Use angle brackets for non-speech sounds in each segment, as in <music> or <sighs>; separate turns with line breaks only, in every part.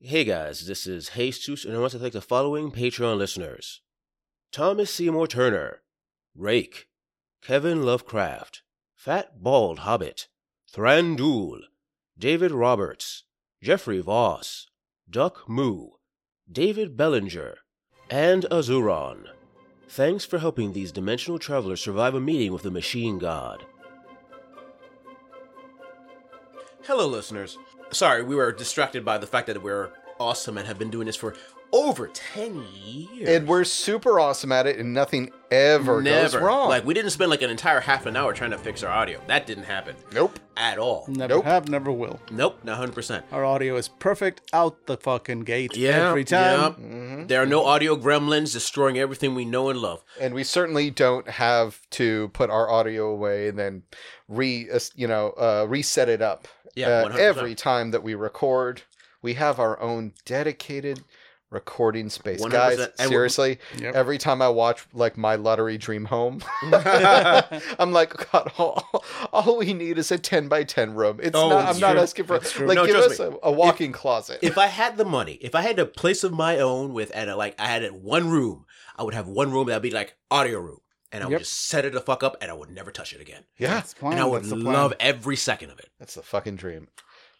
Hey guys, this is Jesus, and I want to thank the following Patreon listeners Thomas Seymour Turner, Rake, Kevin Lovecraft, Fat Bald Hobbit, Thranduil, David Roberts, Jeffrey Voss, Duck Moo, David Bellinger, and Azuron. Thanks for helping these dimensional travelers survive a meeting with the machine god.
Hello, listeners. Sorry, we were distracted by the fact that we're awesome and have been doing this for over 10 years.
And we're super awesome at it, and nothing ever goes wrong.
Like, we didn't spend like an entire half an hour trying to fix our audio. That didn't happen
nope.
at all.
Never
Nope.
have, never will.
Nope, not 100%.
Our audio is perfect out the fucking gate
Yeah.
every time.
yeah.
Mm-hmm.
There are no audio gremlins destroying everything we know and love.
And we certainly don't have to put our audio away and then re, uh, you know, uh, reset it up.
Yeah,
uh,
100%.
every time that we record, we have our own dedicated recording space.
100%.
Guys,
And we-
seriously,
Yep.
every time I watch like my lottery
<laughs>
dream home, <laughs> I'm like, God, all, all we need is a 10 by 10 room. It's
Oh,
not, I'm
it's
not
true.
asking for,
It's true.
like,
No,
give
trust
us
me.
a, a walk in closet.
If I had the money, if I had a place of my own with, and uh, like I had it one room, I would have one room that would be like audio room. And I would
Yep.
just set it the fuck up and I would never touch it again.
yeah.
That's fine.
and I would
That's the plan.
love every second of it.
That's the fucking dream.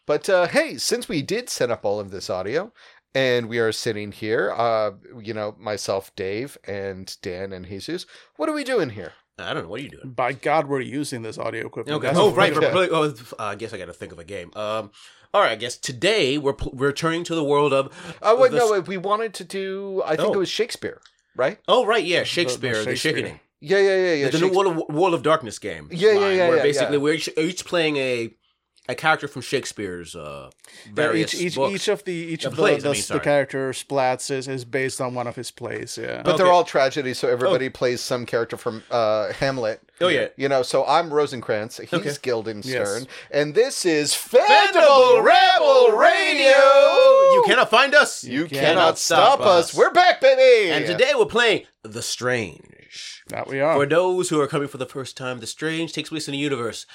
But uh, hey, since we did set up all of this audio and we are sitting here, uh, you know, myself, Dave, and Dan and Jesus, what are we doing here?
I don't know. What are you doing?
By God, we're using this audio equipment.
Okay.
That's
Oh,
what
right.
we're
for- oh, uh, I guess I got to think of a game. Um, all right. I guess today we're pl- we're turning to the world of.
Oh, wait,
the-
no, wait, we wanted to do, I think
Oh.
it was Shakespeare, right?
Oh, right. Yeah, Shakespeare, the,
Shakespeare.
Shakening,
Yeah, yeah, yeah, yeah.
the new
Shakespeare-
World of, World of Darkness game.
Yeah, yeah,
line,
yeah,
Where
yeah,
basically
yeah.
we're each, each playing a a character from Shakespeare's uh,
Yeah,
various
each, each,
books.
each of the each
The
of
plays, I
the,
mean,
the,
sorry.
the character splats is, is based on one of his plays. Yeah.
but they're
Okay.
all tragedies, so everybody plays some character from uh, Hamlet.
Oh, yeah.
You know, so I'm Rosencrantz, he's
Okay.
Guildenstern,
Yes.
and this is Fandible Rebel Radio!
You cannot find us.
You cannot stop us. We're back, baby.
and today we're playing The Strange.
that we are.
For those who are coming for the first time, The Strange takes place in a universe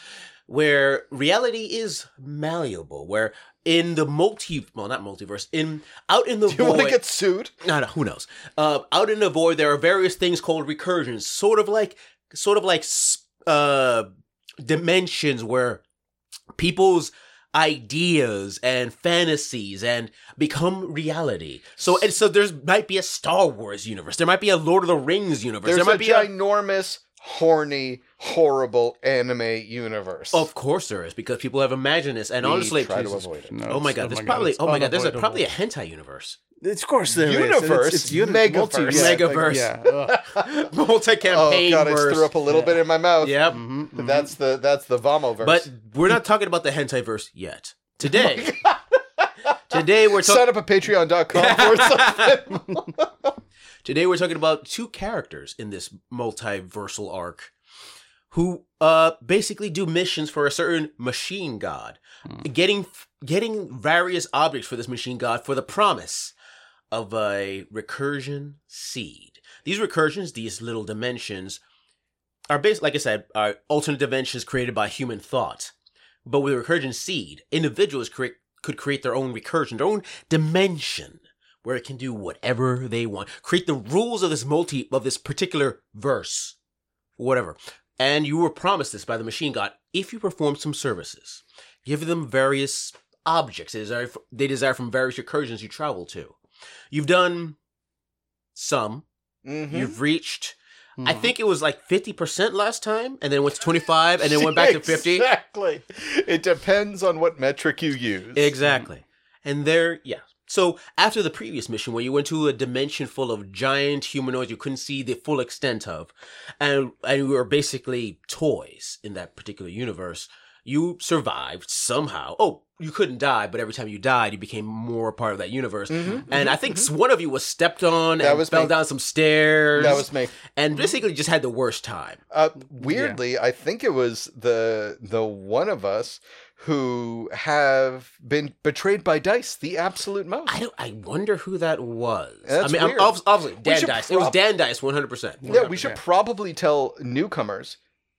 where reality is malleable, where in the multi well not multiverse in out in the
<laughs> you want
void
to get sued?
no, no, who knows uh, out in the void there are various things called recursions sort of like sort of like s- uh dimensions where people's ideas and fantasies and become reality so and so there's might be a star wars universe there might be a lord of the rings universe
There's
there might
a
be a
ginormous, horny, horrible anime universe.
Of course there is, because people have imagined this. And
We
honestly,
try to
Jesus.
avoid it.
No,
oh my
it's-
god, there's probably
it's
oh my god, there's a,
unavoidable.
probably a hentai
<laughs>
universe, <laughs>
It's, of course there is.
Universe,
It's, it's uni-
megaverse.
multi- yeah, like,
Megaverse.
yeah. Ugh.
multi
Oh
campaign.
god, I just threw up a little bit in my mouth.
Yep,
Mhm,
<laughs>
mhm.
That's the that's the vomoverse.
but we're not talking about the hentai verse
<laughs>
yet.
Oh
Today, today we're talking.
Sign up
<laughs>
at patreon.com for something.
Today we're talking about two characters in this multiversal arc who uh basically do missions for a certain machine god, getting getting various objects for this machine god for the promise of a recursion seed. These recursions, these little dimensions are based like I said, are alternate dimensions created by human thought. But with a recursion seed, individuals create could create their own recursion, their own dimension where it can do whatever they want, create the rules of this multi of this particular verse, whatever. And you were promised this by the machine god if you perform some services. Give them various objects they desire, they desire from various recursions you travel to. You've done some.
Mhm.
You've reached. I
Mhm.
think it was like fifty percent last time, and then it went to twenty five, and then went back to fifty.
<laughs> Exactly. It depends on what metric you use.
Exactly. And there, yeah. So after the previous mission, where you went to a dimension full of giant humanoids you couldn't see the full extent of, and and we were basically toys in that particular universe, you survived somehow. Oh, you couldn't die, but every time you died, you became more a part of that universe. and I think one of you was stepped on
Mm-hmm. That
and
was
fell
me.
down some stairs.
That was me.
and basically just had the worst time.
Uh,
Mm,
weirdly, I think it was the the one of us who have been betrayed by dice the absolute most.
I don't. I wonder who that was.
That's
I mean,
weird.
I'm obviously Dan
should
Dice. it was
prob-
Dan Dice, one hundred percent.
yeah, we should probably tell newcomers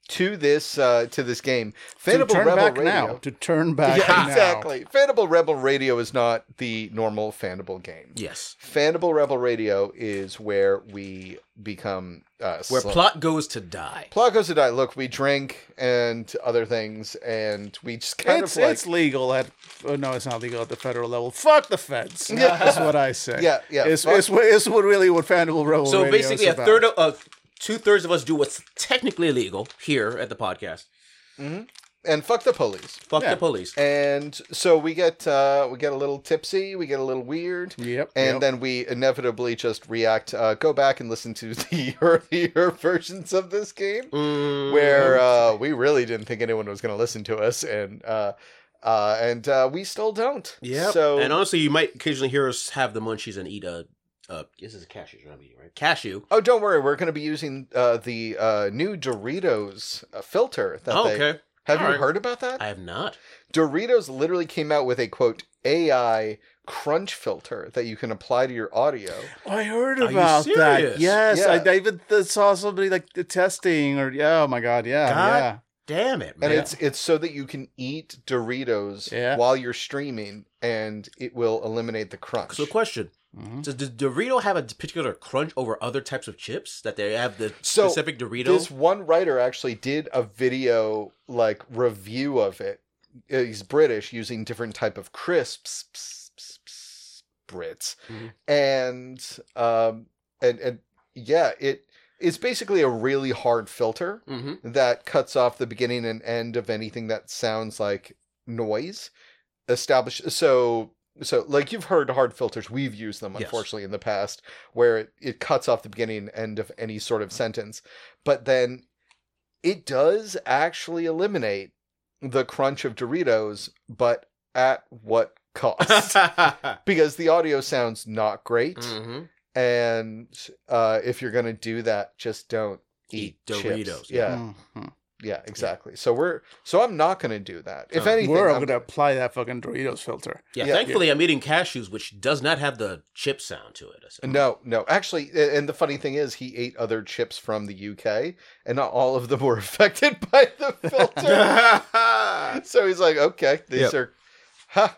to this uh, to this game.
to
Fandible
turn
Rebel
back
Radio.
now. To turn <laughs> back
yeah,
now.
exactly. Fandible Rebel Radio is not the normal Fandible game.
Yes.
Fandible Rebel Radio is where we become uh,
Where
slim-
plot goes to die.
Plot goes to die. Look, we drink and other things, and we just kind
It's,
of like
it's legal at oh, no, it's not legal at the federal level. Fuck the feds. Yeah. <laughs> That's what I say.
Yeah, yeah,
It's,
fuck-
it's, what- it's what really what Fandible Rebel
So
Radio
basically,
is
a
about.
third of uh, two thirds of us do what's technically illegal here at the podcast.
and fuck the police.
Fuck
Yeah.
the police.
And so we get uh, we get a little tipsy, we get a little weird.
Yep.
and
yep.
then we inevitably just react. Uh, go back and listen to <laughs> the earlier <laughs> versions of this game, where
Mm-hmm.
uh, we really didn't think anyone was going to listen to us, and uh, uh, and uh, we still don't.
Yeah.
So
and honestly, you might occasionally hear us have the munchies and eat a. Uh, this is a cashew, you're not eating, right? Cashew.
oh, don't worry, we're going to be using uh, the uh, new Doritos uh, filter. That
Oh,
they-
okay.
Have you
All right.
heard about that?
I have not.
Doritos literally came out with a quote AI crunch filter that you can apply to your audio.
Oh, I heard
Are you
about that.
serious?
Yes, I,
Yeah.
I even th- saw somebody like the testing or yeah. Oh my god, yeah,
God Damn it, man.
and it's it's so that you can eat Doritos
Yeah.
while you're streaming, and it will eliminate the crunch.
so, question
yeah. Mhm.
Does the Dorito have a particular crunch over other types of chips that they have the
So,
specific Dorito?
this one writer actually did a video like review of it. Uh, He's British, using different type of crisps, ps- ps- ps- Brits,
Mhm.
and um and and yeah, it it's basically a really hard filter. <laughs>
Mhm.
that cuts off the beginning and end of anything that sounds like noise establish so so like you've heard hard filters we've used them
Yes.
unfortunately in the past where it, it cuts off the beginning and end of any sort of sentence but then it does actually eliminate the crunch of doritos but at what
<laughs>
cost because the audio sounds not great
Mhm.
and uh if you're gonna do that just don't eat,
Eat Doritos,
chips.
yeah.
yeah
Mhm.
yeah, exactly. So we're so I'm not gonna do that. If
No.
anything,
We're
I'm-
going to apply that fucking Doritos filter.
Yeah,
Yeah.
thankfully I'm eating cashews, which does not have the chip sound to it. So- <laughs>
no, <laughs> no. Actually, a- and the funny thing is, he ate other chips from the UK, and not all of them were <laughs> affected by the
<laughs>
filter. so he's like, okay, these
Yep.
are, huh?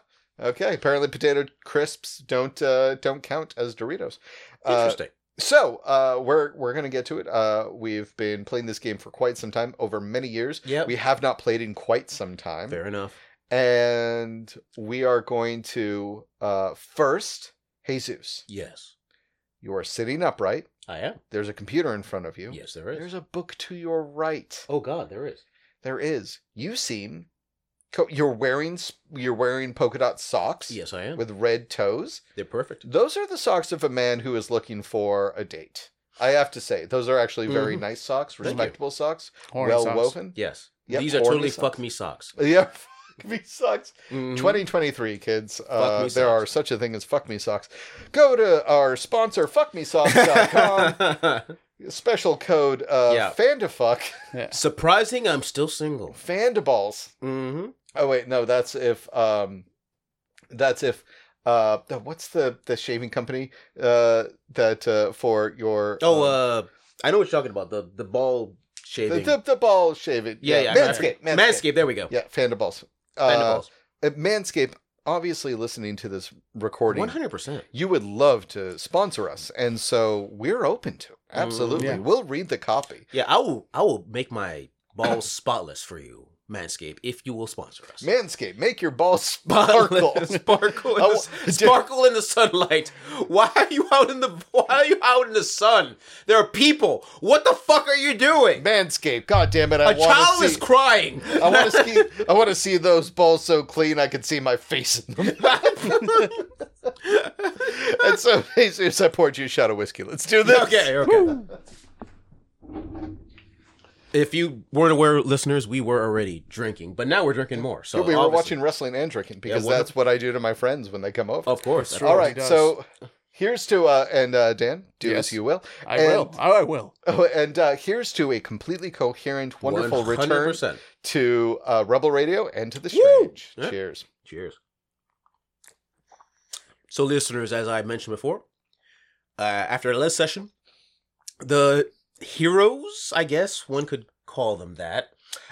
Okay, apparently potato crisps don't uh, don't count as Doritos. Uh,
Interesting.
so uh, we're we're gonna get to it. Uh, we've been playing this game for quite some time, over many years.
yeah.
We have not played in quite some time.
Fair enough.
and we are going to uh first jesus
Yes.
you are sitting upright
I am.
there's a computer in front of you
Yes, there is.
there's a book to your right
Oh God, there is.
there is you seem co- you're wearing s- you're wearing polka dot socks
Yes, I am.
with red toes
They're perfect.
those are the socks of a man who is looking for a date i have to say those are actually very nice socks
Mm-hmm. Thank you.
respectable socks
Horny
well
sauce.
woven <laughs>
Yes.
Yep,
These are
horny
totally
socks. Mm-hmm.
fuck me socks.
yeah <laughs> fuck me socks
Mhm.
<laughs> 2023 kids uh,
me
there are
socks.
such a thing as fuck me socks go to our
<laughs>
sponsor fuckmesocks.com special code uh
Yeah.
fandafuck
Surprising, I'm still single.
fandaballs
Mm-hmm.
oh wait no that's if um that's if uh the- what's the the shaving company uh that uh for your
Oh,
um,
uh, I know what you're talking about. The the ball
the,
shaving.
the, the ball shaving
yeah, yeah. I got
manscaped,
it.
manscaped
Manscaped. There we go.
yeah fandaballs uh,
Vanderbilt.
manscaped obviously listening to this recording
One hundred percent.
you would love to sponsor us and so we're open to it. absolutely
Yeah.
we'll read the copy
Yeah, I will. I will make my
<coughs>
balls spotless for you, Manscaped, if you will sponsor us.
manscaped make your balls
<laughs>
sparkle
Spotless, <laughs> sparkle, in
Oh,
the,
<laughs>
s- sparkle in the sunlight. Why are you out in the Why are you out in the sun? There are people. What the fuck are you doing?
manscaped god damn it i
A
want
child
to
is
see
crying.
<laughs> i want to see i want to see those balls so clean i could see my face in them <laughs> and so as i poured you a shot of whiskey let's do this
okay, okay. If you weren't aware, listeners, we were already drinking, but now we're drinking more. So
we were
obviously-
watching wrestling and drinking because
what the-
that's what i do to my friends when they come over
Of course.
true.
all right
He does.
so here's to uh and uh dan do
Yes.
as you will
I
And-
will. I will.
Oh, and uh, here's to a completely coherent, wonderful return
100%.
to uh, Rebel Radio and to the Strange.
Yeah.
Cheers.
Cheers. So, listeners, as I mentioned before, uh, after the last session, the heroes, I guess one could call them that.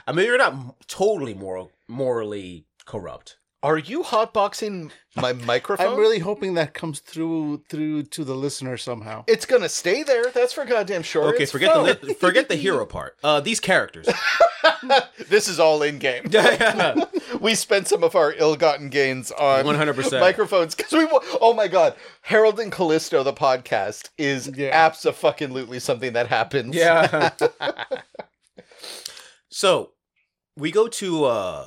I mean, you're not totally moral, morally corrupt.
Are you hotboxing
<laughs>
my microphone?
I'm really hoping that comes through through to the listener somehow.
It's gonna stay there. That's for goddamn sure.
Okay,
It's
forget
phone.
the li- forget the hero part. Uh, these
<laughs>
characters. <laughs>
this is all in game. <laughs>
One
we spent some of our ill-gotten gains on
hundred percent.
microphones because we. wa- Oh my god, Harold and Callisto, the podcast, is
Yeah.
abso-fucking-lutely something that happens.
Yeah. <laughs> so we go to uh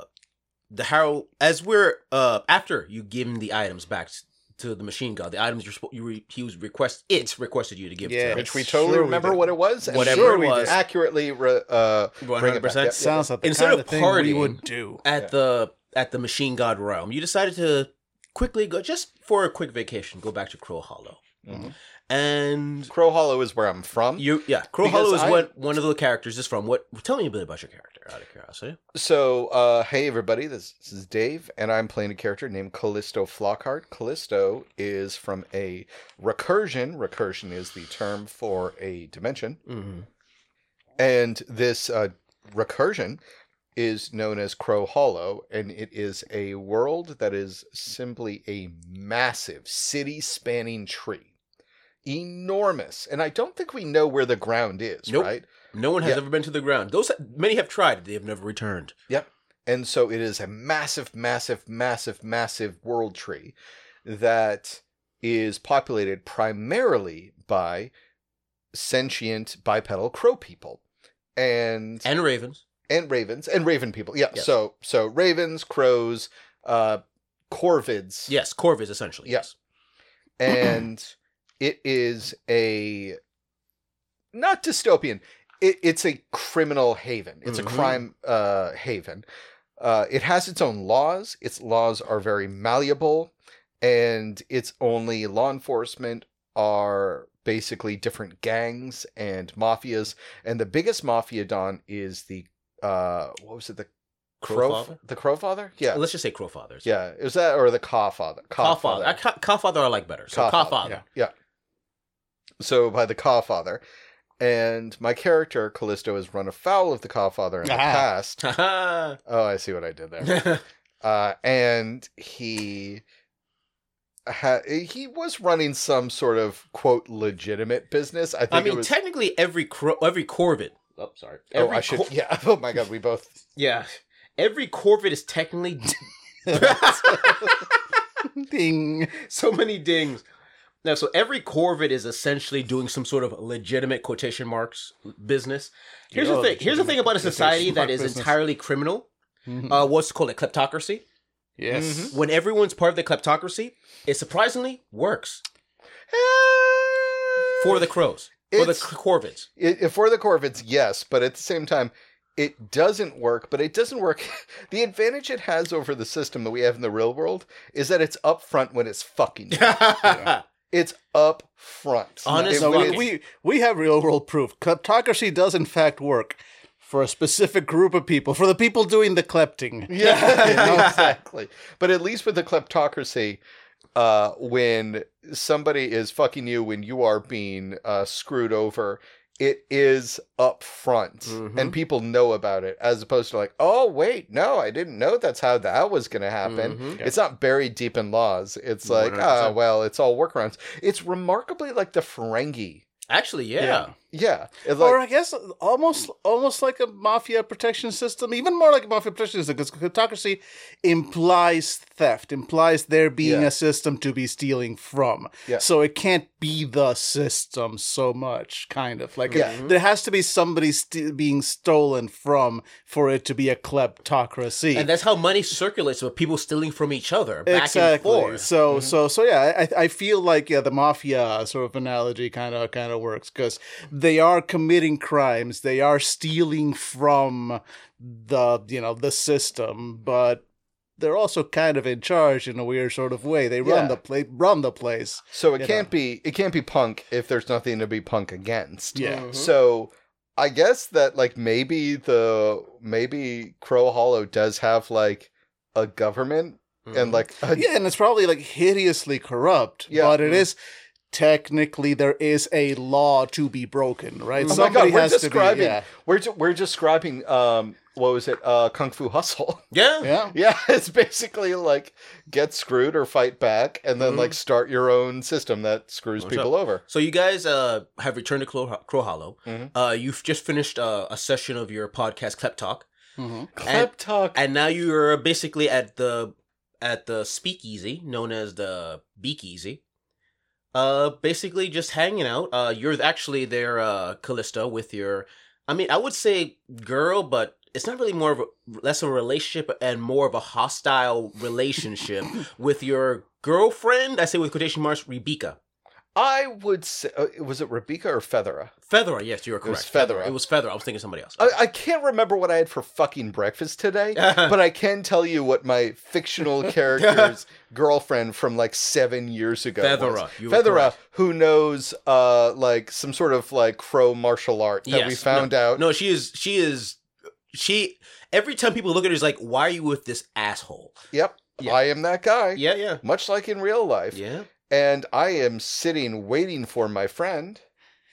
the Harold as we're uh after you give him the items back t- to the machine god. The items you're spo- you re- he was request it requested you to give
Yeah.
to
<laughs> which we
Sure
totally
we
remember
did.
what it was. and
Whatever
sure
it
we
was.
did. accurately. Re- uh,
one
bring
hundred
it back. Yep.
percent
Sounds like the
Instead
kind
of
of, thing we
partying-
would do.
at
Yeah.
the at the machine god realm. You decided to quickly go just for a quick vacation. Go back to Crow Hollow
Mhm.
and.
Crow Hollow is where I'm from.
You yeah, Crow
Because
Hollow is
I-
what one of the characters is from. What tell me a bit about your character out of curiosity.
So, uh, hey everybody, this, this is Dave, and I'm playing a character named Callisto Flockhart. Callisto is from a recursion. Recursion is the term for a dimension,
Mm-hmm.
and this uh, recursion is known as Crow Hollow, and it is a world that is simply a massive city-spanning tree, enormous. And I don't think we know where the ground is,
Nope.
right?
No one has
Yeah.
ever been to the ground. Those many have tried; they have never returned.
And so it is a massive, massive, massive, massive world tree that is populated primarily by sentient bipedal crow people and and,
And ravens.
ravens and raven people. Yeah.
Yes.
So so ravens, crows, uh corvids.
Yes, corvids essentially.
Yeah.
Yes.
And it is a not dystopian. It, it's a criminal haven. It's
Mhm.
a crime uh, haven. Uh, it has its own laws. Its laws are very malleable, and its only law enforcement are basically different gangs and mafias. And the biggest mafia don is the uh, what was it the
Crowfather?
the crow father? Yeah,
Let's just say crowfathers.
yeah. It was that or the caw father?
Cawfather. I ca- Cawfather I like better. So Cawfather.
Cawfather, so by the Cawfather. And my character, Callisto, has run afoul of the Cawfather in the
Ah.
<laughs>
past.
Ha
Oh, I see what I did there.
ha.
uh, and he ha- he was running some sort of quote legitimate business. I think
I
it
mean,
was.
technically, every crow, every corvid. Oh, sorry.
oh,
Every
I should.
cor-
<laughs> yeah. Oh my God, we both.
yeah. Every corvid is technically <laughs>
Ding.
so many dings. Now, so every corvid is essentially doing some sort of legitimate quotation marks business. Here's the
Yeah,
thing. Here's the thing about a
legitimate
society
quotation
that
mark
is
business.
entirely criminal.
Mhm.
Uh, what's called a kleptocracy.
yes.
mhm.
When everyone's part of the kleptocracy, it surprisingly works for the crows, for the
It's-
c- corvids.
It, it- for the Corvids, yes, but at the same time, it doesn't work. But it doesn't work. <laughs> the advantage it has over the system that we have in the real world is that it's up front when it's fucking. due. it's up front.
Honest
It-
So we,
fucking-
we we have real world proof. Kleptocracy does in fact work for a specific group of people, for the people doing
<laughs>
the klepting.
yeah, exactly. But at least with the kleptocracy, uh, when somebody is fucking you, when you are being uh, screwed over, it is up front
Mhm.
and people know about it, as opposed to like, oh wait, no, I didn't know that's how that was going to happen.
Mhm.
It's not buried deep in laws. It's like,
100%.
ah, well, it's all workarounds. It's remarkably like the Ferengi.
<laughs> Actually, yeah.
Yeah.
Yeah. It's
or
like,
I guess almost almost like a mafia protection system, even more like a mafia protection system, because kleptocracy implies theft, implies there being
Yeah.
a system to be stealing from.
Yeah.
So it can't be the system so much, kind of like
Yeah.
there has to be somebody st- being stolen from for it to be a kleptocracy.
And that's how money circulates with people stealing from each other back
exactly.
and forth.
So
Mm-hmm.
so so yeah, I I feel like yeah, the mafia sort of analogy kind of kind of works because they are committing crimes, they are stealing from the you know the system, but they're also kind of in charge in a weird sort of way. They run
Yeah.
the place, run the place.
so it
you
can't be it can't be punk if there's nothing to be punk against.
Yeah.
Mm-hmm.
So I guess that like maybe the maybe Crow Hollow does have like a
Mm-hmm.
government and like <laughs> a,
Yeah, and it's probably like hideously corrupt,
Yeah.
but it
Mhm.
is technically there is a law to be broken, right?
Oh my god, we're describing we're ju- we're describing um what was it? Uh Kung Fu Hustle. <laughs>
Yeah.
yeah.
yeah, it's basically like get screwed or fight back and then
Mhm.
like start your own system that screws
What's
people over.
So you guys uh, have returned to Crow, Crow Hollow.
Mhm.
Uh, you've just finished uh, a session of your podcast, Clep Talk,
hmm
And-
Clep talk.
and now you are basically at the at the speakeasy known as the Beakeasy. Uh, basically just hanging out. Uh, you're actually there, uh, Callisto, with your. I mean, I would say girl, but it's not really more of a, less of a relationship and more of a hostile
<coughs>
relationship with your girlfriend. I say with quotation marks, Rebecca.
I would say uh, was it Rebecca or Feathera?
Featherer, yes, you are
It was
correct.
Featherer.
It was Featherer. I was thinking of somebody else.
I, I can't remember what I had for fucking breakfast today,
<laughs>
but I can tell you what my fictional character's girlfriend from like seven years ago was.
Featherer. you were
Feathera,
correct.
who knows uh like some sort of like crow martial art that we
Yes,
found out.
No, she is. She is. She. Every time people look at her, is like, "Why are you with this asshole?"
Yep.
Yeah.
I am that guy.
Yeah, yeah,
Much like in real life.
<laughs> yeah.
And I am sitting waiting for my friend.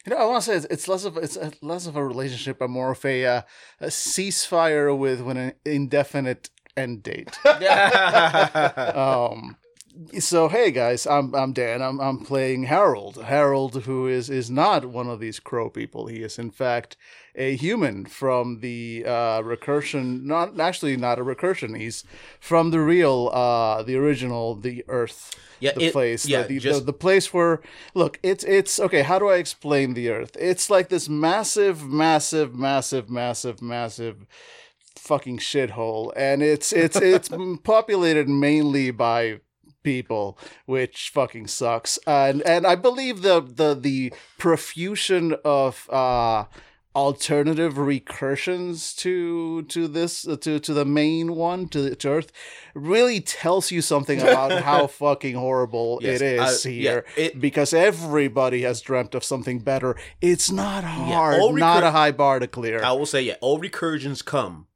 You know, I want to say it's, it's less of it's uh less of a relationship and more of a, uh, a ceasefire with with an indefinite end date. um so hey guys i'm i'm dan i'm i'm playing harold harold who is is not one of these crow people he is in fact a human from the uh recursion not actually not a recursion he's from the real uh the original the earth
yeah,
the
it-
place
Yeah,
the, the,
just
the, the place where look it's it's okay how do i explain the earth it's like this massive massive massive massive massive fucking shithole and it's
<laughs>
it's it's populated mainly by people which fucking sucks and and i believe the the the profusion of uh alternative recursions to to this uh, to to the main one to, to earth really tells you something about
<laughs>
how fucking horrible
yes,
it is
uh,
here
Yeah, it,
because everybody has dreamt of something better it's not hard
all recur-
not a high bar to clear
I will say, yeah, all recursions come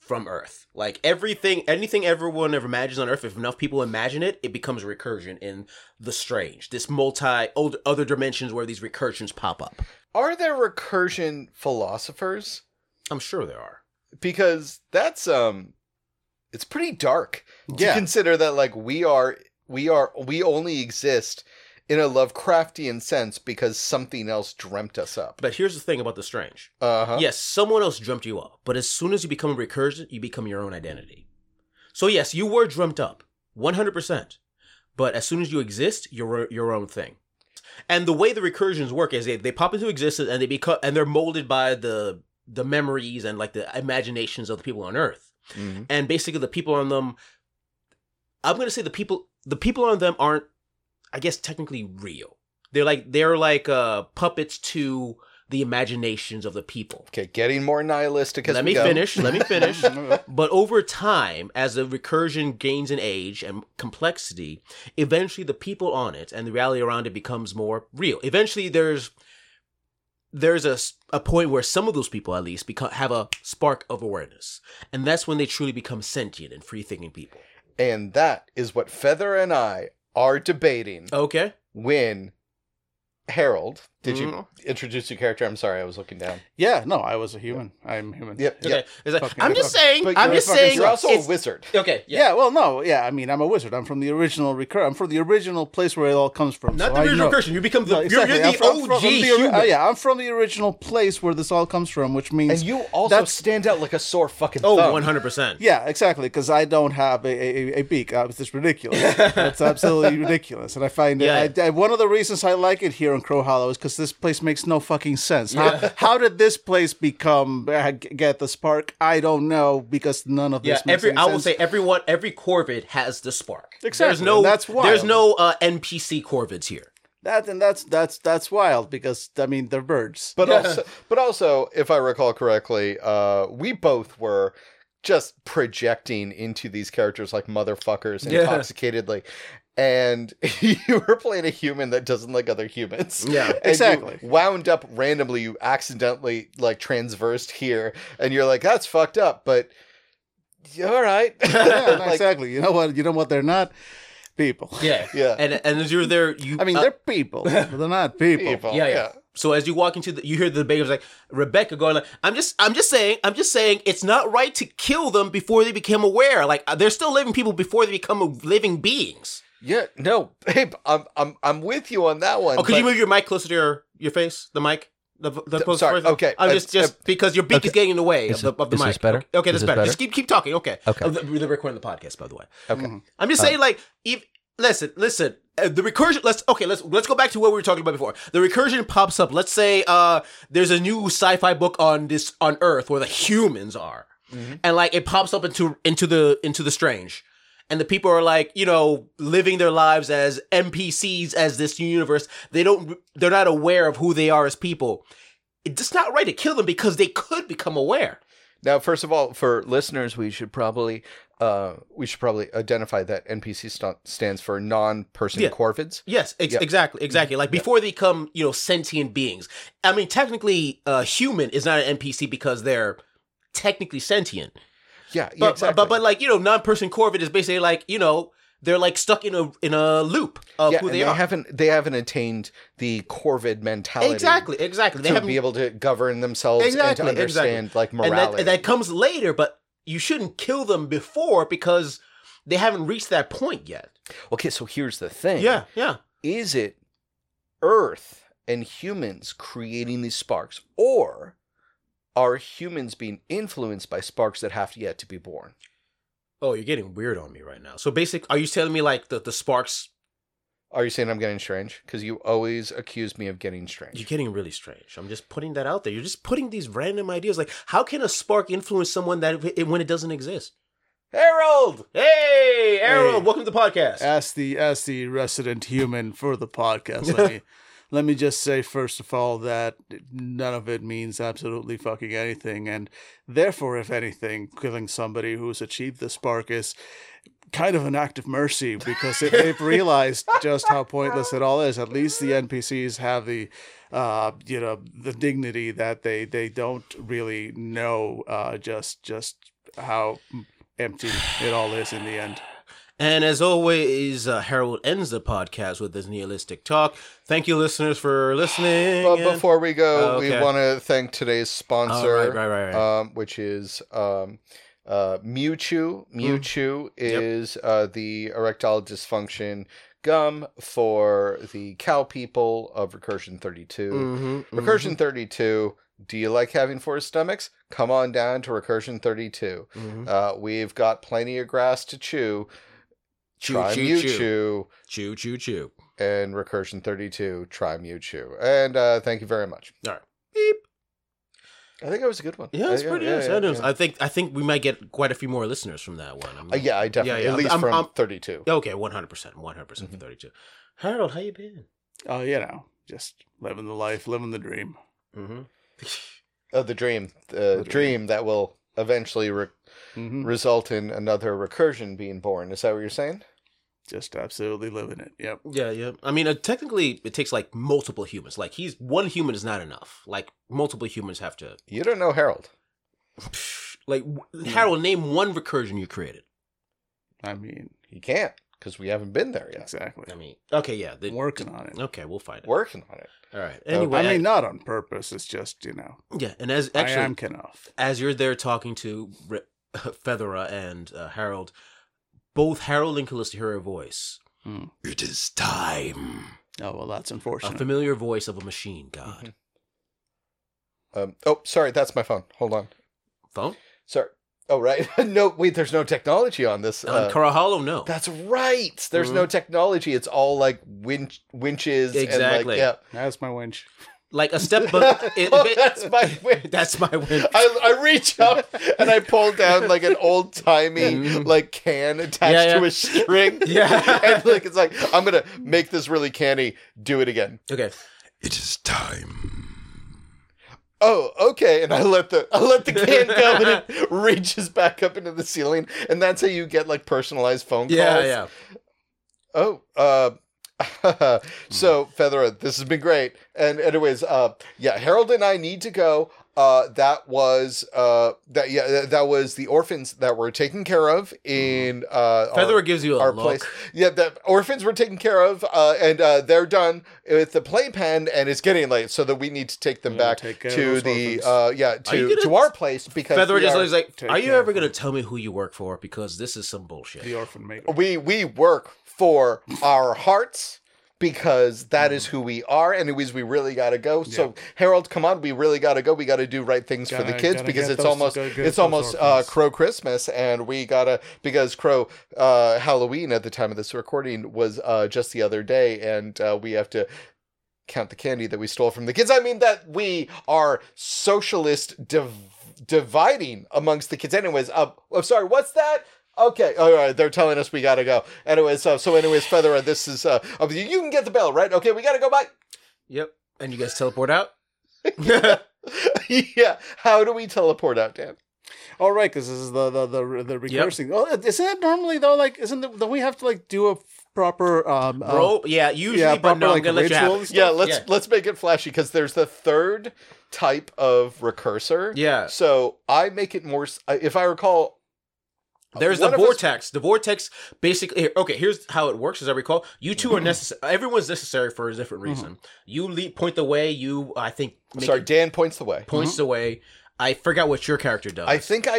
from Earth. Like everything, anything everyone ever imagines on Earth, if enough people imagine it, it becomes a recursion in the strange, this multi old other dimensions where these recursions pop up.
Are there recursion philosophers?
I'm sure there are.
Because that's um it's pretty dark to
<laughs> yeah
consider that like we are we are we only exist in a Lovecraftian sense because something else dreamt us up.
But here's the thing about the strange.
Uh-huh.
Yes, someone else dreamt you up, but as soon as you become a recursion, you become your own identity. So yes, you were dreamt up, 100%. But as soon as you exist, you're your own thing. And the way the recursions work is they, they pop into existence and they become and they're molded by the the memories and like the imaginations of the people on Earth.
Mhm.
And basically the people on them I'm going to say the people the people on them aren't I guess technically real. They're like they're like uh puppets to the imaginations of the people.
Okay, getting more nihilistic as
Let
we
me
go.
finish.
<laughs>
Let me finish.
Mhm.
but over time, as the recursion gains in age and complexity, eventually the people on it and the reality around it becomes more real. Eventually, there's there's a, s- a point where some of those people, at least, become, have a spark of awareness, and that's when they truly become sentient and free thinking people.
And that is what Feather and I are debating
Okay.
when Harold, did you
Mhm.
introduce your character? I'm sorry, I was looking down.
yeah no i was a human i'm human
Yep.
Okay. It's like,
Fucking-
I'm just
fucking-
saying.
But
I'm
you're
just
fucking-
saying.
You're also
it's-
a wizard.
okay.
Yeah. well, no, yeah. I mean, I'm a wizard. I'm from the original recur. I'm from the original place where it all comes from.
Not
so
the
I
original
know.
recursion. You become the,
No, exactly.
you're,
I'm
you're the
from-
OG
from- from the ori-
human.
uh, yeah, I'm from the original place where this all comes from, which means
And you also
That's-
stand out like a sore fucking
Oh,
thumb.
100%.
yeah, exactly, because I don't have a, a, a- a beak. Uh, it's just ridiculous.
<laughs>
That's absolutely ridiculous, and I find it. I, I- one of the reasons I like it here in Crow Hollow is because this place makes no fucking sense. How, how did this place become uh, g- get the spark? I don't know because none of
Yeah,
this. Makes
every
any
I will
sense.
say everyone every Corvid has the spark. There's
Exactly,
no
and that's wild.
there's no uh, NPC Corvids here.
that, and that's that's that's wild because I mean they're birds.
<laughs>
But also, but also, if I recall correctly, uh, we both were just projecting into these characters like motherfuckers,
Yeah.
intoxicatedly, and <laughs> you were playing a human that doesn't like other humans.
Yeah.
And you
Exactly.
wound up randomly, you accidentally like transversed here, and you're like, "That's fucked up," but. "Yeah, All right. <laughs>
yeah, no,
<laughs>
Like,
exactly. You know what? You know what? They're not. people.
Yeah.
Yeah.
And and as you're there, you
I mean,
uh,
they're people, but they're not people.
Yeah, yeah. so as you walk into the you hear the debaters like Rebecca going like I'm just I'm just saying I'm just saying it's not right to kill them before they became aware. Like uh, they're still living people before they become living beings.
Yeah, no, babe, I'm I'm I'm with you on that one.
Oh, could you
but-
move your mic closer to your, your face? The mic? The, the
D-
closer
sorry,
version?
okay,
I'm
uh,
just, just
uh,
because your beak is getting in the way
Is
of the, of the
this- is
mic.
this better?
Okay,
Is
that's
this
better.
better?
Just keep keep talking. Okay.
Okay.
Oh, the- We're recording the podcast, by the way. Mm-hmm.
Okay.
Mhm.
I'm just saying, like, if listen, listen. Uh, the recursion. Let's okay. Let's let's go back to what we were talking about before. The recursion pops up. Let's say uh, there's a new sci-fi book on this on Earth where the humans are,
Mhm.
and like it pops up into into the into the strange, and the people are like you know living their lives as NPCs as this new universe. They don't. They're not aware of who they are as people. It's not right to kill them because they could become aware.
Now, first of all, for listeners, we should probably uh we should probably identify that NPC st- stands for non-person
Yeah.
corvids.
Yes, ex-
Yeah.
exactly, exactly. Like before they become, you know, sentient beings. I mean, technically, uh, human is not an NPC because they're technically sentient.
Yeah, yeah,
But
exactly.
but, but like you know, non-person Corvid is basically like you know they're like stuck in a in a loop of
yeah,
who
and
they,
they
are.
haven't they haven't attained the corvid mentality
exactly, exactly. They
to
haven't
be able to govern themselves
Exactly,
and to
exactly.
understand like
and
morality.
that, and that comes later, but you shouldn't kill them before because they haven't reached that point yet.
okay, so here's the thing.
Yeah, yeah.
is it Earth and humans creating these sparks, or are humans being influenced by sparks that have yet to be born?
Oh, you're getting weird on me right now. So basic, are you telling me like the the sparks?
Are you saying I'm getting strange? Because you always accuse me of getting strange.
You're getting really strange. I'm just putting that out there. You're just putting these random ideas. Like, how can a spark influence someone that it, when it doesn't exist? Harold, hey, Harold,
Hey.
welcome to the podcast.
Uh,
As the as the resident human for the podcast, let me let me just say first of all that none of it means absolutely fucking anything, and therefore, if anything, killing somebody who's achieved the spark is kind of an act of mercy because if they've realized just how pointless it all is, at least the NPCs have the uh you know the dignity that they they don't really know uh just just how empty it all is in the end.
and as always, uh, Harold ends the podcast with his nihilistic talk. Thank you, listeners, for listening.
But
and-
before we go,
Oh,
we
okay.
want to thank today's
Oh,
sponsor,
right, right, right, right.
Um, which is um, uh, Mewtwo. Mewtwo
Hmm. Yep.
is uh, the erectile dysfunction gum for the cow people of Recursion 32.
Mhm, mhm.
Recursion 32. Do you like having four stomachs? Come on down to Recursion 32.
Mhm.
Uh, we've got plenty of grass to chew.
Choo,
Try
choo,
Mewtwo
choo, choo, choo, choo.
and Recursion 32. Try Mewtwo. And uh, thank you very much.
All right. Beep.
I think that was a good one.
Yeah, it's
I,
pretty
Uh, yeah,
nice.
yeah,
That is-
yeah.
I think I think we might get quite a few more listeners from that one. I mean-
Uh, yeah, I definitely.
yeah.
At least
I'm-
from
I'm-
32.
Okay, one hundred percent, one hundred percent for
Mhm.
thirty-two. Harold, how you been?
Oh, you know, just living the life, living the dream.
Mm-hmm.
Oh, the dream. The,
The
dream. that will eventually re-
hmm
result in another recursion being born. Is that what you're saying?
Just absolutely living it. Yep.
Yeah, yeah. I mean, uh, technically, it takes like multiple humans. Like he's one human is not enough. Like multiple humans have to.
You don't know Harold.
Like w- Harold, name one recursion you created.
I mean,
He can't because we haven't been there yet.
exactly.
I mean, okay, yeah. The,
Working on it.
Okay, we'll find it.
Working on it.
All right. Anyway,
I mean, not on purpose. It's just you know,
yeah. And as actually,
I am Kenoff.
as you're there talking to Re- <laughs> Fedora and uh, Harold, both Harold and Callista hear a voice.
Hmm.
It is time.
Oh well, that's
A
unfortunate.
familiar voice of a machine god.
Um, oh, sorry, that's my phone. Hold on.
Mm-hmm.
Phone
Sorry. Oh, right. <laughs> no, wait. There's no technology on this.
on Mm-hmm.
uh,
Karahalo, no.
that's right. There's no technology. It's all like winch- winches.
Exactly.
And
that's my winch.
like a
<laughs>
step,
like,
but
yeah.
it,
oh,
<laughs>
that's my winch.
that's my win.
I, I reach up and I pull down like an old timey
Mhm.
like can attached
Yeah, yeah.
to a string.
<laughs> Yeah.
and like it's like I'm gonna make this really canny. Do it again.
Okay.
Oh, okay. And I let the I let the can go and
<laughs>
it reaches back up into the ceiling. And that's how you get like personalized phone calls.
Yeah, yeah.
Oh, <laughs> uh, so Feathera, this has been great. And anyways, uh, yeah, Harold and I need to go. Uh, that was uh, that yeah that- that was the orphans that were taken care of in uh, our-
Featherwood gives you a
our
look.
place. Yeah, the orphans were taken care of, uh, and uh, they're done with the playpen, and it's getting late, so that we need to take them
Yeah,
back
take care of
to
those
the
orphans.
uh, yeah
you
to
gonna-
to our place because
Featherwood
we,
just
are-
looks like,
Take
are you
care
ever
of
going to
them.
tell me who you work for? Because this is some bullshit.
the orphan maker.
we we work for our hearts because that
Mm.
is who we are, and it was we really gotta go. So Harold, come on, we really gotta go. We gotta do right things for the
Gotta-
kids
gotta
because
get
it's
those-
almost
gotta get
it's
those
almost uh,
orphans.
Crow Christmas, and we gotta because Crow uh, Halloween at the time of this recording was uh, just the other day, and uh, we have to count the candy that we stole from the kids. I mean that we are socialist div- dividing amongst the kids. Anyways, uh, I'm sorry. What's that? Okay, all right. They're telling us we gotta go. Anyways, so so anyways, Feather, this is uh, uh, you you can get the bell, right? Okay, we gotta go. Bye.
Yep. And you guys teleport out?
<laughs> yeah. How do we teleport out, Dan?
All right, because this is the the the, the recursing. Oh, isn't it normally though? Like, isn't the, don't we have to like do a proper um
Oh.
uh,
Bro, yeah, usually,
yeah
but
proper
no,
like
I'm going to let you
ritual
have
and
it.
stuff?
Yeah, let's
Yeah.
let's make it flashy because there's the third type of recursor.
Yeah.
So I make it more. s- uh, If I recall,
There's
one
the
of us-
vortex. The vortex basically here- okay, here's how it works as I recall. You two are
Mm-hmm.
necessary everyone's necessary for a different reason. You lead point the way, you I think make
sorry,
it
Dan points the way.
points the way. I forgot what your character does.
I think I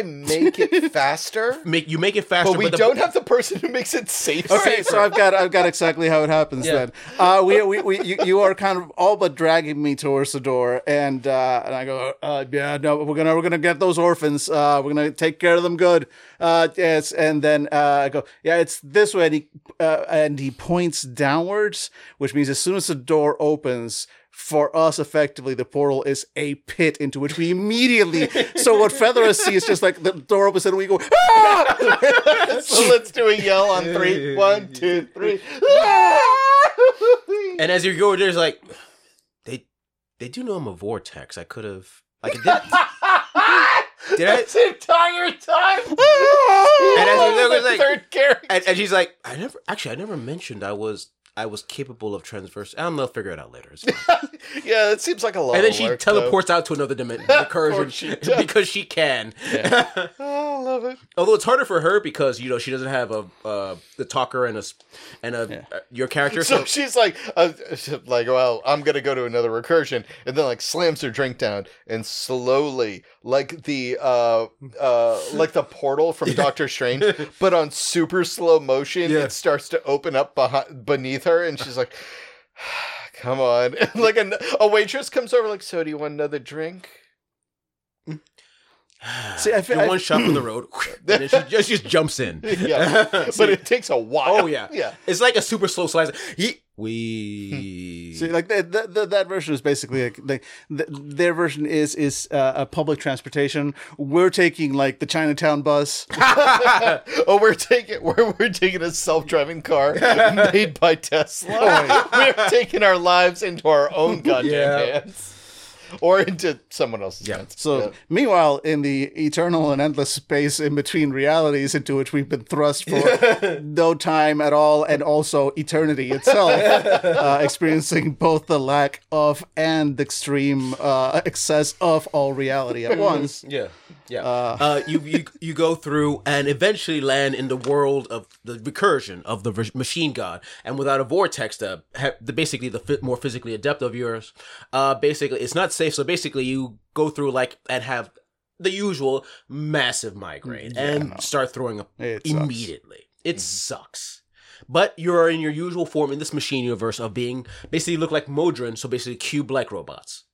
<laughs>
make it faster,
make you make it faster
but we
but the-
don't have the person who makes it safer.
<laughs> Okay, so I've got I've got exactly how it happens then. Uh, we, we, we you, you are kind of all but dragging me towards the door, and uh, and I go, uh, yeah, no, we're gonna we're gonna get those orphans. Uh, we're gonna take care of them good. Uh, yes, and then uh, I go, yeah, it's this way, and he, uh, and he points downwards, which means as soon as the door opens. For us, effectively, the portal is a pit into which we immediately. so what Feather sees is just like the door opens and we go. "Ah!"
<laughs> so let's do a yell on three. One, two, three. Ah!
And as you go there's like <sighs> they they do know I'm a vortex. I could have
<laughs>
like did, did I
this entire time.
And as we look,
<laughs> The
it's like-
third character.
and, and she's like, I never actually I never mentioned I was I was capable of transverse. I'm gonna figure it out later. It's fine.
yeah, it seems like a lot.
and then
of
she
work, though.
teleports out to another dimension <laughs>
course she
recursion
does.
because she can.
Oh, I love it.
<laughs> Although it's harder for her because you know she doesn't have a uh, the talker and a s- and a uh, your character.
So
So,
she's like, uh, like, well, I'm gonna go to another recursion, and then like slams her drink down, and slowly, like the, uh, uh, like the portal from
<laughs>
Doctor Strange, but on super slow motion,
Yeah.
it starts to open up behind, beneath her, and she's like, <sighs> "Come on!" <laughs> And like a, a waitress comes over, like, "So do you want another drink?"
See, I feel-
do
I-
one shot from the road, <laughs> and then she just, just jumps in. <laughs>
Yeah,
See,
but it takes a while.
oh yeah,
<laughs> yeah.
It's like a super slow slice. He, we
See, like that, that, that, that version is basically like they, th- their version is is uh, a public transportation. We're taking like the
<laughs>
Chinatown bus.
oh, we're taking <laughs> we're, we're taking a self driving car made by Tesla. we're taking our lives into our
<laughs>
own goddamn
Yeah.
hands, or into someone else's hands.
So, meanwhile, in the eternal and endless space in between realities into which we've been thrust for <laughs> no time at all, and also
<laughs>
eternity itself, uh, experiencing both the lack of and extreme uh, excess of all reality
<laughs>
at once.
Yeah, yeah. Uh, you, you you go through and eventually land in the world of the recursion of the vir- machine god, and without a vortex to have the basically the fi- more physically adept of yours, uh, basically it's not safe. So basically, you go through like and have the usual massive migraine and start throwing up
It sucks.
immediately. It sucks. But you're in your usual form in this machine universe of being basically you look like Modron, so basically cube like robots.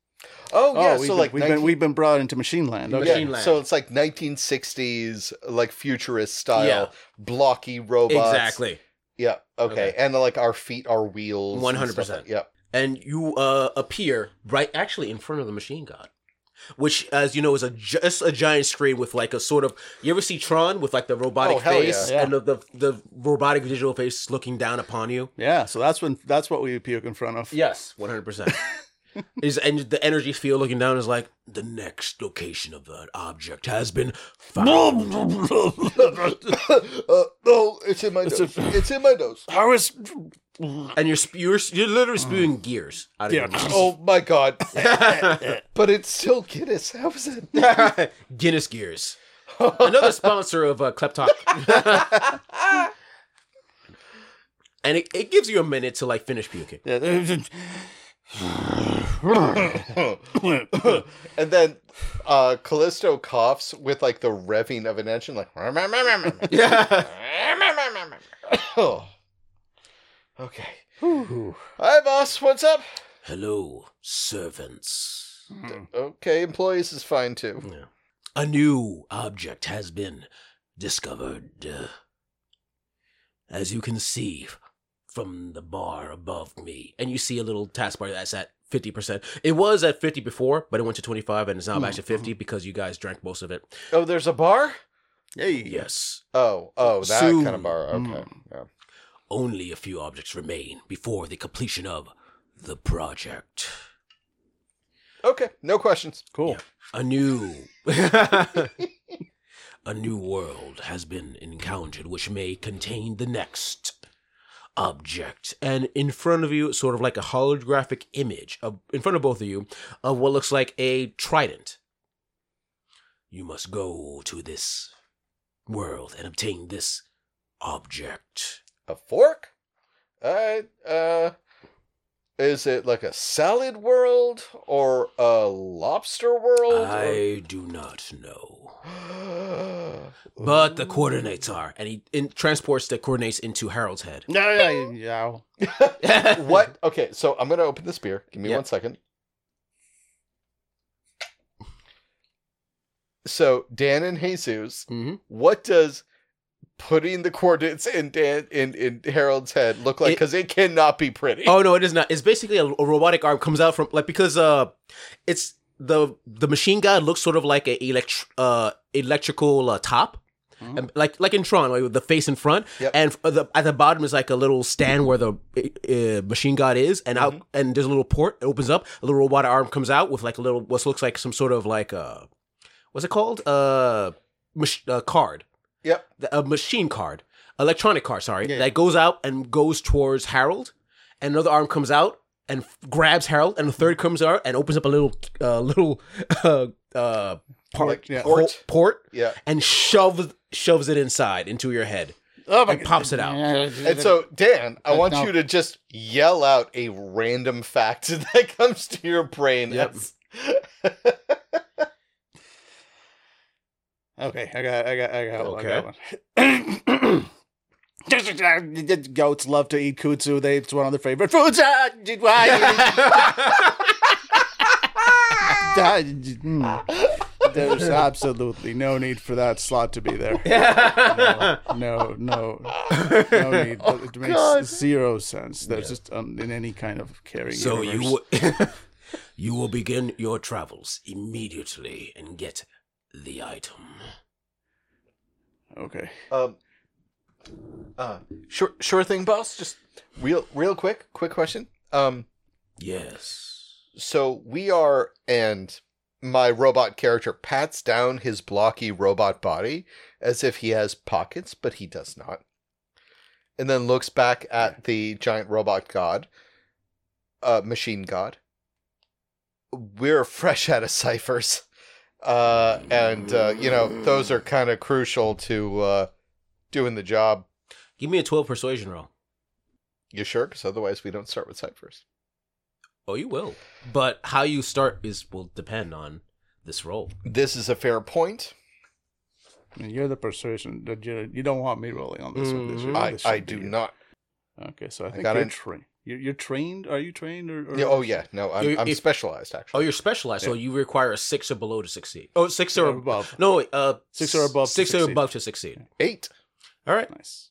Oh yeah,
oh, we've,
so
been,
like
we've,
19
been, we've been brought into machine land. Okay.
yeah,
Machine Land.
so it's like 1960s like futurist style
Yeah.
blocky robots.
Exactly.
Yeah. Okay.
Okay.
And like our feet are wheels. and stuff
100%.
like- Yeah. <coughs>
and you uh, appear right actually in front of the machine god which as you know is a just a giant screen with like a sort of you ever see tron with like the robotic
Oh, hell
face
yeah.
and the, the the robotic digital face looking down upon you
Yeah, so that's when that's what we puke in front <laughs> of.
yes 100% <laughs> is and the energy field looking down is like the next location of that object has been found
<coughs> uh, no, it's in my nose. It's in my nose.
I was
and you're sp- you're you're literally spewing gears out of
Yeah.
your mouth.
Oh my
<laughs>
god. but it's still Guinness. How is it?
<laughs> Guinness Gears. Another sponsor of uh, Klep Talk. <laughs> and it, it gives you a minute to like finish puking.
<laughs> and then uh Callisto coughs with like the revving of an engine, like
Yeah.
<laughs> oh. Okay. Hi boss, what's up?
Hello, servants.
Okay, employees is fine too.
A new object has been discovered. Uh, As you can see from the bar above me, and you see a little taskbar that's at 50%. It was at 50 before, but it went to 25 and it's now back to 50 because you guys drank most of it.
Oh, there's a bar?
Hey.
Yes.
Oh, oh, that
Soon.
kind of bar. Okay. Yeah.
Only a few objects remain before the completion of the project.
Okay, no questions.
Cool.
A new <laughs> A new world has been encountered which may contain the next object. And in front of you, sort of like a holographic image of in front of both of you, of what looks like a trident. You must go to this world and obtain this object.
A fork? Alright, uh is it like a salad world or a lobster world? or-
I do not know.
<gasps>
But the coordinates are, and he in, transports the coordinates into Harold's head.
Yeah, yeah, yeah.
<laughs> what? Okay, so I'm gonna open this beer. Give me
Yeah.
one second. So Dan and Jesus,
Mhm.
what does putting the coordinates in Dan in in Harold's head look like?
It-
Because it, cannot be pretty.
Oh no, it is not. It's basically a, a robotic arm comes out from like because uh, it's the the machine god looks sort of like a elect uh electrical uh, top.
Mhm.
And Like like in Tron, like with the face in front,
Mm-hmm. Yep.
and f- the, at the bottom is like a little stand where the uh, uh, machine god is, and
Mm-hmm.
out and there's a little port. It opens up, a little robot arm comes out with like a little what looks like some sort of like uh, what's it called? Uh, mach- uh card.
Yep.
the- a machine card, electronic card, sorry,
Yeah.
that goes out and goes towards Harold, and another arm comes out and f- grabs Harold, and the third comes out and opens up a little, uh, little, <laughs> uh, uh, part,
Like,
yeah.
port?
hole- port,
Yeah.
and shoves shoves it inside into your head.
Oh my
It pops it out.
<laughs>
<laughs>
And so Dan, I
That's
want
not-
you to just yell out a random fact <laughs> that comes to your brain.
Yep.
Okay, I got, I got, I got,
Okay.
I got one. <coughs> Goats love to eat kudzu. They, it's one of their favorite <laughs> foods. Ah, did- why- Ah, d- mm. There's absolutely no need for that slot to be there. No, no, no
<laughs>
need. it makes
God.
zero sense. There's just um, in any kind of caring.
so you
universe.
will, <laughs> you will begin your travels immediately and get the item.
okay?
Um, uh, sure, sure thing, boss. Just real, real quick, quick question. Um,
Yes.
so we are, and my robot character pats down his blocky robot body as if he has pockets, but he does not, and then looks back at the giant robot god, uh, machine god. We're fresh out of ciphers, uh, and uh, you know those are kind of crucial to uh, doing the job.
Give me a twelve persuasion roll.
You sure? Because otherwise, we don't start with ciphers.
Oh, you will. But how you start is will depend on this role.
This is a fair point.
I mean, you're the persuasion. that You you don't want me rolling on this one. This,
Mhm.
year.
Mm, I,
This
I
should
do
be-
not.
Okay, so I think
got
you're
an-
trained. You're, you're trained. Are you trained or? or-
Yeah, oh yeah, no, I'm,
You-
I'm
if-
specialized
Oh,
actually.
you're specialized, so you require a six or below to succeed. Oh, six
or
or
above?
no, wait, uh,
Six or above to
Six or
succeed.
above to succeed.
Eight.
All right,
Nice.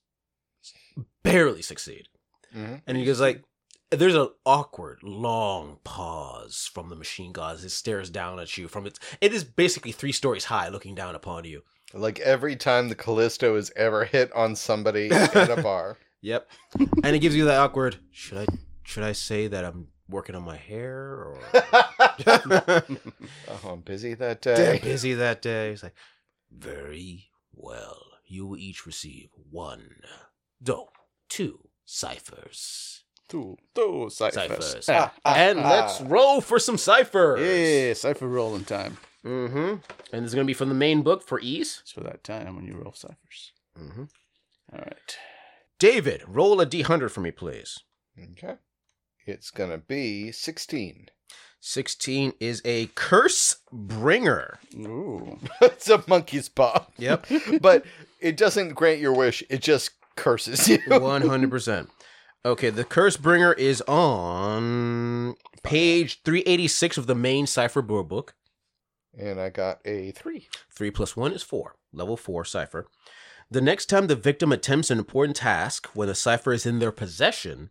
barely succeed,
Mhm.
and he goes like, "There's an awkward, long pause from the machine god as it stares down at you from its. It is basically three stories high, looking down upon you.
Like every time the Callisto is ever hit
<laughs>
on somebody at a bar.
Yep, and it gives you that awkward. Should I? Should I say that I'm working on my hair <laughs> or?
oh, I'm busy that
Damn
day.
busy that day. He's like, very well. You will each receive one, no, two ciphers.
Two, two ciphers.
Ciphers.
Ah, ah,
and
ah.
let's roll for some ciphers.
Yeah, cipher rolling time.
Mm-hmm. And this is going to be from the main book for ease.
It's for that time when you roll ciphers.
Mm-hmm.
All right.
David, roll a d100 for me, please.
Okay. It's going to be 16.
16 is a curse bringer.
Ooh.
<laughs> it's a monkey's paw.
Yep.
<laughs> but it doesn't grant your wish, it just curses you.
100%. Okay, the curse bringer is on page 386 of the main cipher Board book.
And I got a 3.
3 plus 1 is 4. Level 4 cipher. The next time the victim attempts an important task when the cipher is in their possession,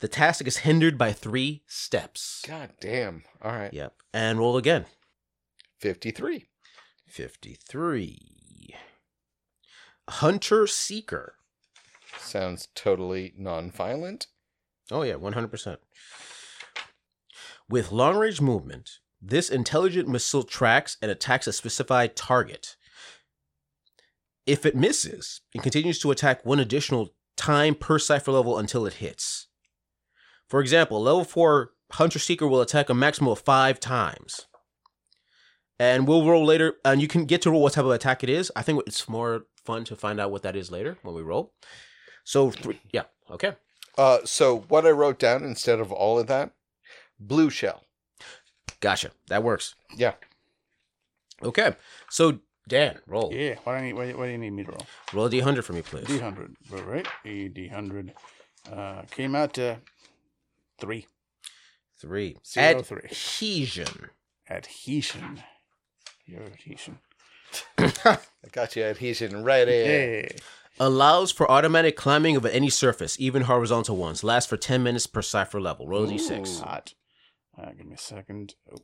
the task is hindered by 3 steps.
God damn. All right.
Yep. And roll again.
53.
53. Hunter Seeker.
Sounds totally non-violent.
Oh, yeah, 100%. With long range movement, this intelligent missile tracks and attacks a specified target. If it misses, it continues to attack one additional time per cipher level until it hits. For example, level 4 Hunter Seeker will attack a maximum of five times. And we'll roll later, and you can get to roll what type of attack it is. I think it's more fun to find out what that is later when we roll. So, three, yeah, okay.
Uh, so what I wrote down instead of all of that, blue shell.
Gotcha. That works.
Yeah.
Okay. So Dan,
Oh.
roll.
Yeah. Why do you need? Why do you need me to roll?
Roll a D hundred for me, please.
D hundred. All right. A D hundred. Uh, came out to three.
Three.
Zero three.
Adhesion.
Adhesion. Your adhesion.
I got your adhesion right in.
Yeah.
Allows for automatic climbing of any surface, even horizontal ones. Lasts for ten minutes per cipher level. Roll a D six.
Hot. Uh, give me a second. Oh,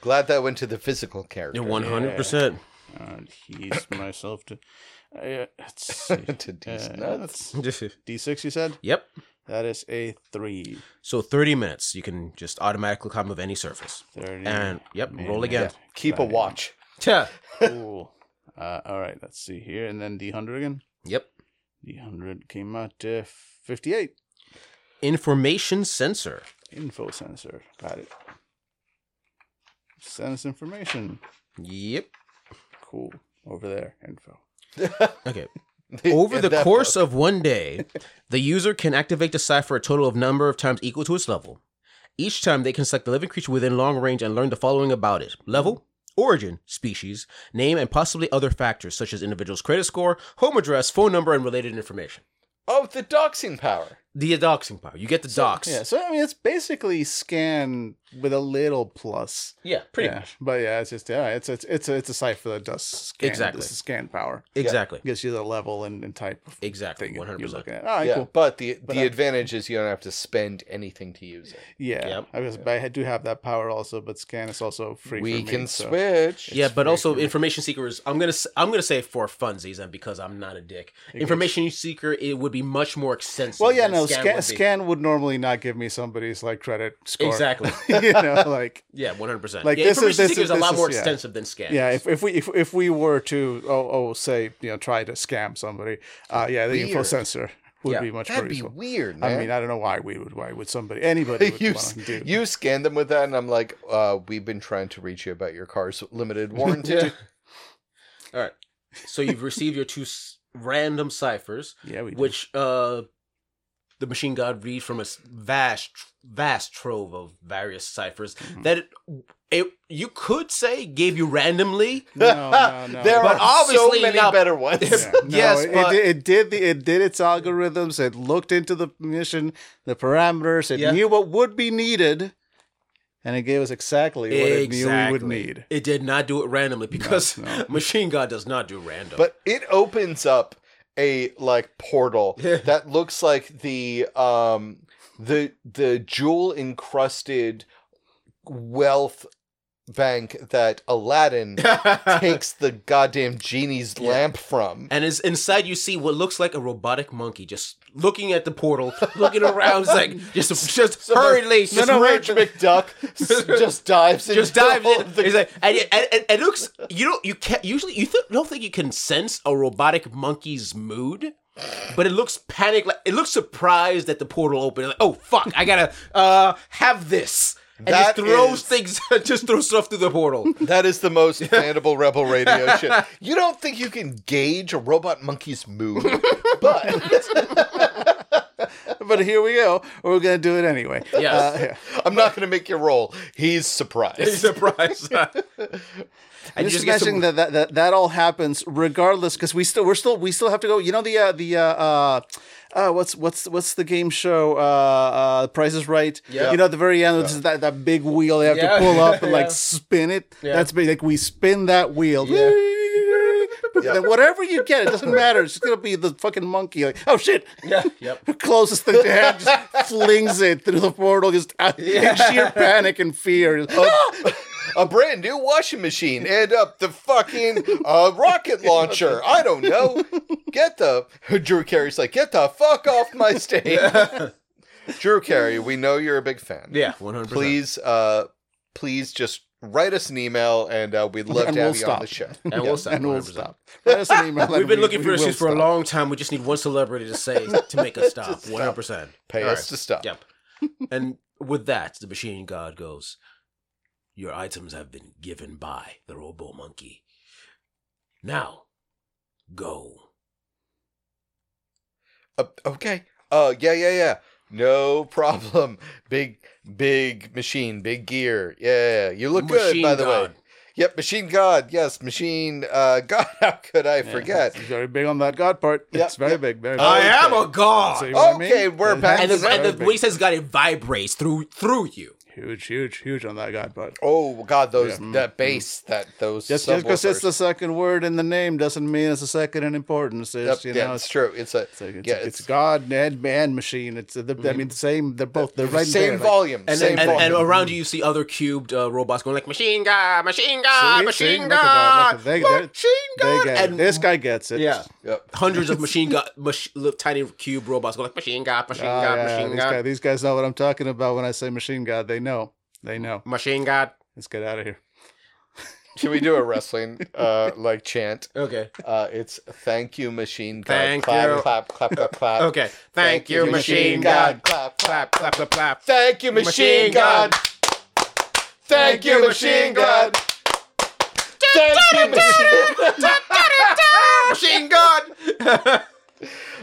Glad that went to the physical character.
One hundred percent. <laughs>
uh, adhese <coughs> myself to. Uh, let's see.
<laughs> To <laughs> these
Uh,
nuts.
that's D6, you said?
Yep.
That is a 3.
So thirty minutes. You can just automatically climb of any surface.
30 <coughs>
And yep, roll again.
Keep a
Right.
watch. <laughs>
Yeah.
cool. Uh, all right, let's see here. And then D100 again.
Yep.
D100 came out uh, 58.
Information sensor.
Info sensor. Got it. Send us information.
Yep.
Cool. Over there. Info.
Okay.
<laughs>
Over the course of one day, the user can activate the cipher a total of number of times equal to its level. Each time they can select the living creature within long range and learn the following about it level, origin, species, name, and possibly other factors such as individual's credit score, home address, phone number, and related information.
of Oh, the doxing power.
The doxing power. You get the dox.
Yeah, so I mean, it's basically scan with a little plus.
Yeah, pretty
yeah.
much.
But yeah, it's just, yeah, it's, it's, it's, a, it's a cipher that does scan.
Exactly.
It's a scan power.
Exactly.
Gives you the level and, and type of
Exactly.
thing
One hundred
you're
percent.
looking at. All right,
yeah,
cool.
but the
But
the
I-
advantage is you don't have to spend anything to use it.
Yeah,
Yep.
I, was, but I do have that power also, but scan is also free.
we
for me,
can
so-
switch.
Yeah, but
free
also
for me.
information seeker is. I'm gonna s- I'm gonna say for funsies and because I'm not a dick.
gets-
Information seeker it would be much more extensive.
Well, yeah,
than
no,
scan
scan,
would
scan,
be.
would normally not give me somebody's like credit score.
Exactly.
<laughs> you know, like
<laughs> Yeah, one hundred percent.
Like,
yeah,
this is-
information
this
seeker is
is-
a lot
this
more
is- yeah.
extensive than scam.
yeah, if, if we if, if we were to oh oh say you know try to scam somebody, uh yeah, the info
Weird.
sensor would
Yeah,
be much more
That'd be
useful.
weird,
I
man.
mean, I don't know why we would why would
<laughs>
somebody anybody would
you,
want to do.
you scan them with that, and I'm like, uh, we've been trying to reach you about your car's limited warranty. <laughs>
All right. So you've received your two s- random ciphers,
yeah, we do.
which uh, the machine god reads from a s- vast, vast trove of various ciphers
Mm-hmm. Hmm.
that it, it you could say gave you randomly.
<laughs>
no, no,
<laughs>
no.
there
<laughs>
But
are so
obviously
many
not-
better ones.
Yeah. No,
Yes,
it,
but-
it, it did the it did its algorithms. It looked into the mission, the parameters. It
Yeah.
knew what would be needed, and it gave us exactly what it knew we would
Exactly.
need.
It did not do it randomly because
no.
<laughs> machine god does not do random. <laughs>
but it opens up a
<laughs>
like portal that looks like the um the the jewel encrusted wealth bank that
<laughs>
Aladdin takes the goddamn genie's lamp from.
And is inside you see what looks like a robotic monkey just looking at the portal, looking around, it's like just just hurriedly,
This
no, no,
Rich McDuck
<laughs>
s- just dives into
just dives
all
in.
the-
He's like, and, it- and, and- and it looks you don't you can't usually you th- don't think you can sense a robotic monkey's mood. but it looks panic like it looks surprised that the portal opened. Like, oh fuck, I gotta uh have this. And just
That
throws
is-
things <laughs> just throws stuff through the portal.
That is the most planable
<laughs>
rebel radio shit. You don't think you can gauge a robot monkey's mood,
<laughs>
but <laughs>
but here we go. We're gonna do
<laughs>
it anyway.
Yes.
Uh,
<laughs>
yeah.
I'm not going to make you roll. He's
<laughs>
surprised.
surprised. you
I'm
just
just
get some- <laughs>
imagining that, that that that all happens regardless, because we still we're still we still have to go. You know the uh, the uh, uh, uh, what's what's what's the game show? Uh, uh, Price is Right.
Yeah.
You know at the very end, it's that that big wheel you have
Yeah.
to pull up
<laughs>
and
Yeah.
like spin it.
Yeah.
That's big. Like we spin that wheel. <laughs>
Yeah.
Yeah.
Then Whatever you get, it doesn't matter. It's just gonna be the fucking monkey. Like, oh shit!
yeah, yep.
<laughs> Closest thing to hand just flings it through the portal, just
<laughs>
out in sheer panic and fear. Ah!
a brand new washing machine and uh, the fucking uh,
<laughs>
rocket launcher. I don't know. Get the <laughs> Drew Carey's like, get the fuck
<laughs>
off my stage. Drew Carey, we know you're a big fan.
Yeah, one hundred percent.
Please, uh, please just write us an email, and uh, we'd love
And
to have you
we'll
on the
stop.
show.
And we'll stop.
and we'll
100%.
stop. Let us an email and
We've been
we-
looking
we
for
will
issues for a
stop.
long time. We just need one celebrity to say
<laughs>
to make us stop.
stop.
One hundred percent.
Pay
All
us
right.
to stop.
Yep. <laughs> And with that, the machine god goes, Your items have been given by the robo monkey. Now, go.
Uh, okay. Uh, yeah, yeah, yeah. No problem. Big, big machine, big gear. Yeah, you look good,
Machine
by the
God.
way. Yep, machine god. Yes, machine uh, <laughs> god. How could I
Yeah,
forget?
He's very big on that God part.
Yep,
It's very
yep.
big. Very big.
I
Okay.
am a
See
god.
what I mean?
Okay, we're
Yeah,
back.
And
it's
the,
very
and the
big.
way he says god, it vibrates through through you.
huge, huge, huge on that God part.
Oh God, those
Yeah.
that bass, that those
Just because it's
subwoofers.
the second word in the name doesn't mean it's the second in importance. It's,
Yep,
you
yeah,
know,
it's
it's,
true. It's a
it's, like- it's,
yeah,
it's
it's-
God and man machine. It's uh, the, I mean, the same. They're both. They're right
same
there. like-
volume,
And,
same
then, and, and
volume.
around you, you see other cubed uh, robots going like, Machine god, machine
See?
god,
See?
machine
Look at that.
god,
Look at- they- they're-
machine
They
god.
get it.
and
this guy gets it.
Yeah.
<laughs> Yep.
hundreds of machine gun, mach- little tiny cube robots go like machine gun,
Oh,
machine gun,
yeah,
machine
these,
gun,
guy- these guys know what I'm talking about when I say machine God. They know. They know.
machine gun.
Let's get out of here.
Should we do a wrestling uh like chant?
Okay,
Uh it's thank you, machine god.
Thank
clap,
you.
clap, clap, clap, clap.
okay.
<laughs>
Thank, you, machine gun.
Clap,
Clap,
clap.
clap, clap, clap.
Thank you,
Machine
machine god.
gun.
Thank you, machine god. Thank you, machine
Machine gun.
<laughs>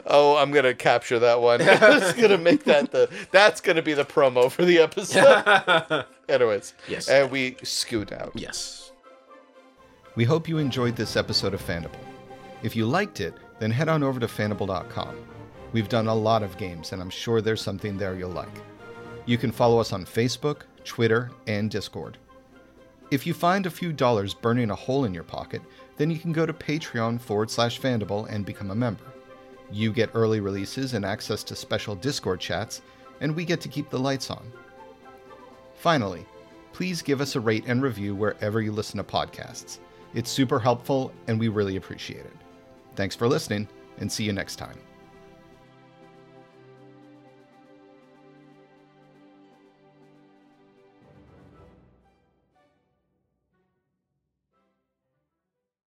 Oh, I'm gonna capture that one. <laughs> I'm just gonna make that the that's gonna be the promo for the episode. <laughs> Anyways,
Yes.
and we scoot out.
yes.
We hope you enjoyed this episode of Fandible. If you liked it, then head on over to fandible.com. We've done a lot of games, and I'm sure there's something there you'll like. You can follow us on Facebook, Twitter, and Discord. If you find a few dollars burning a hole in your pocket, then you can go to patreon forward slash fandible and become a member. You get early releases and access to special Discord chats, and we get to keep the lights on. Finally, please give us a rate and review wherever you listen to podcasts. It's super helpful and we really appreciate it. Thanks for listening and see you next time.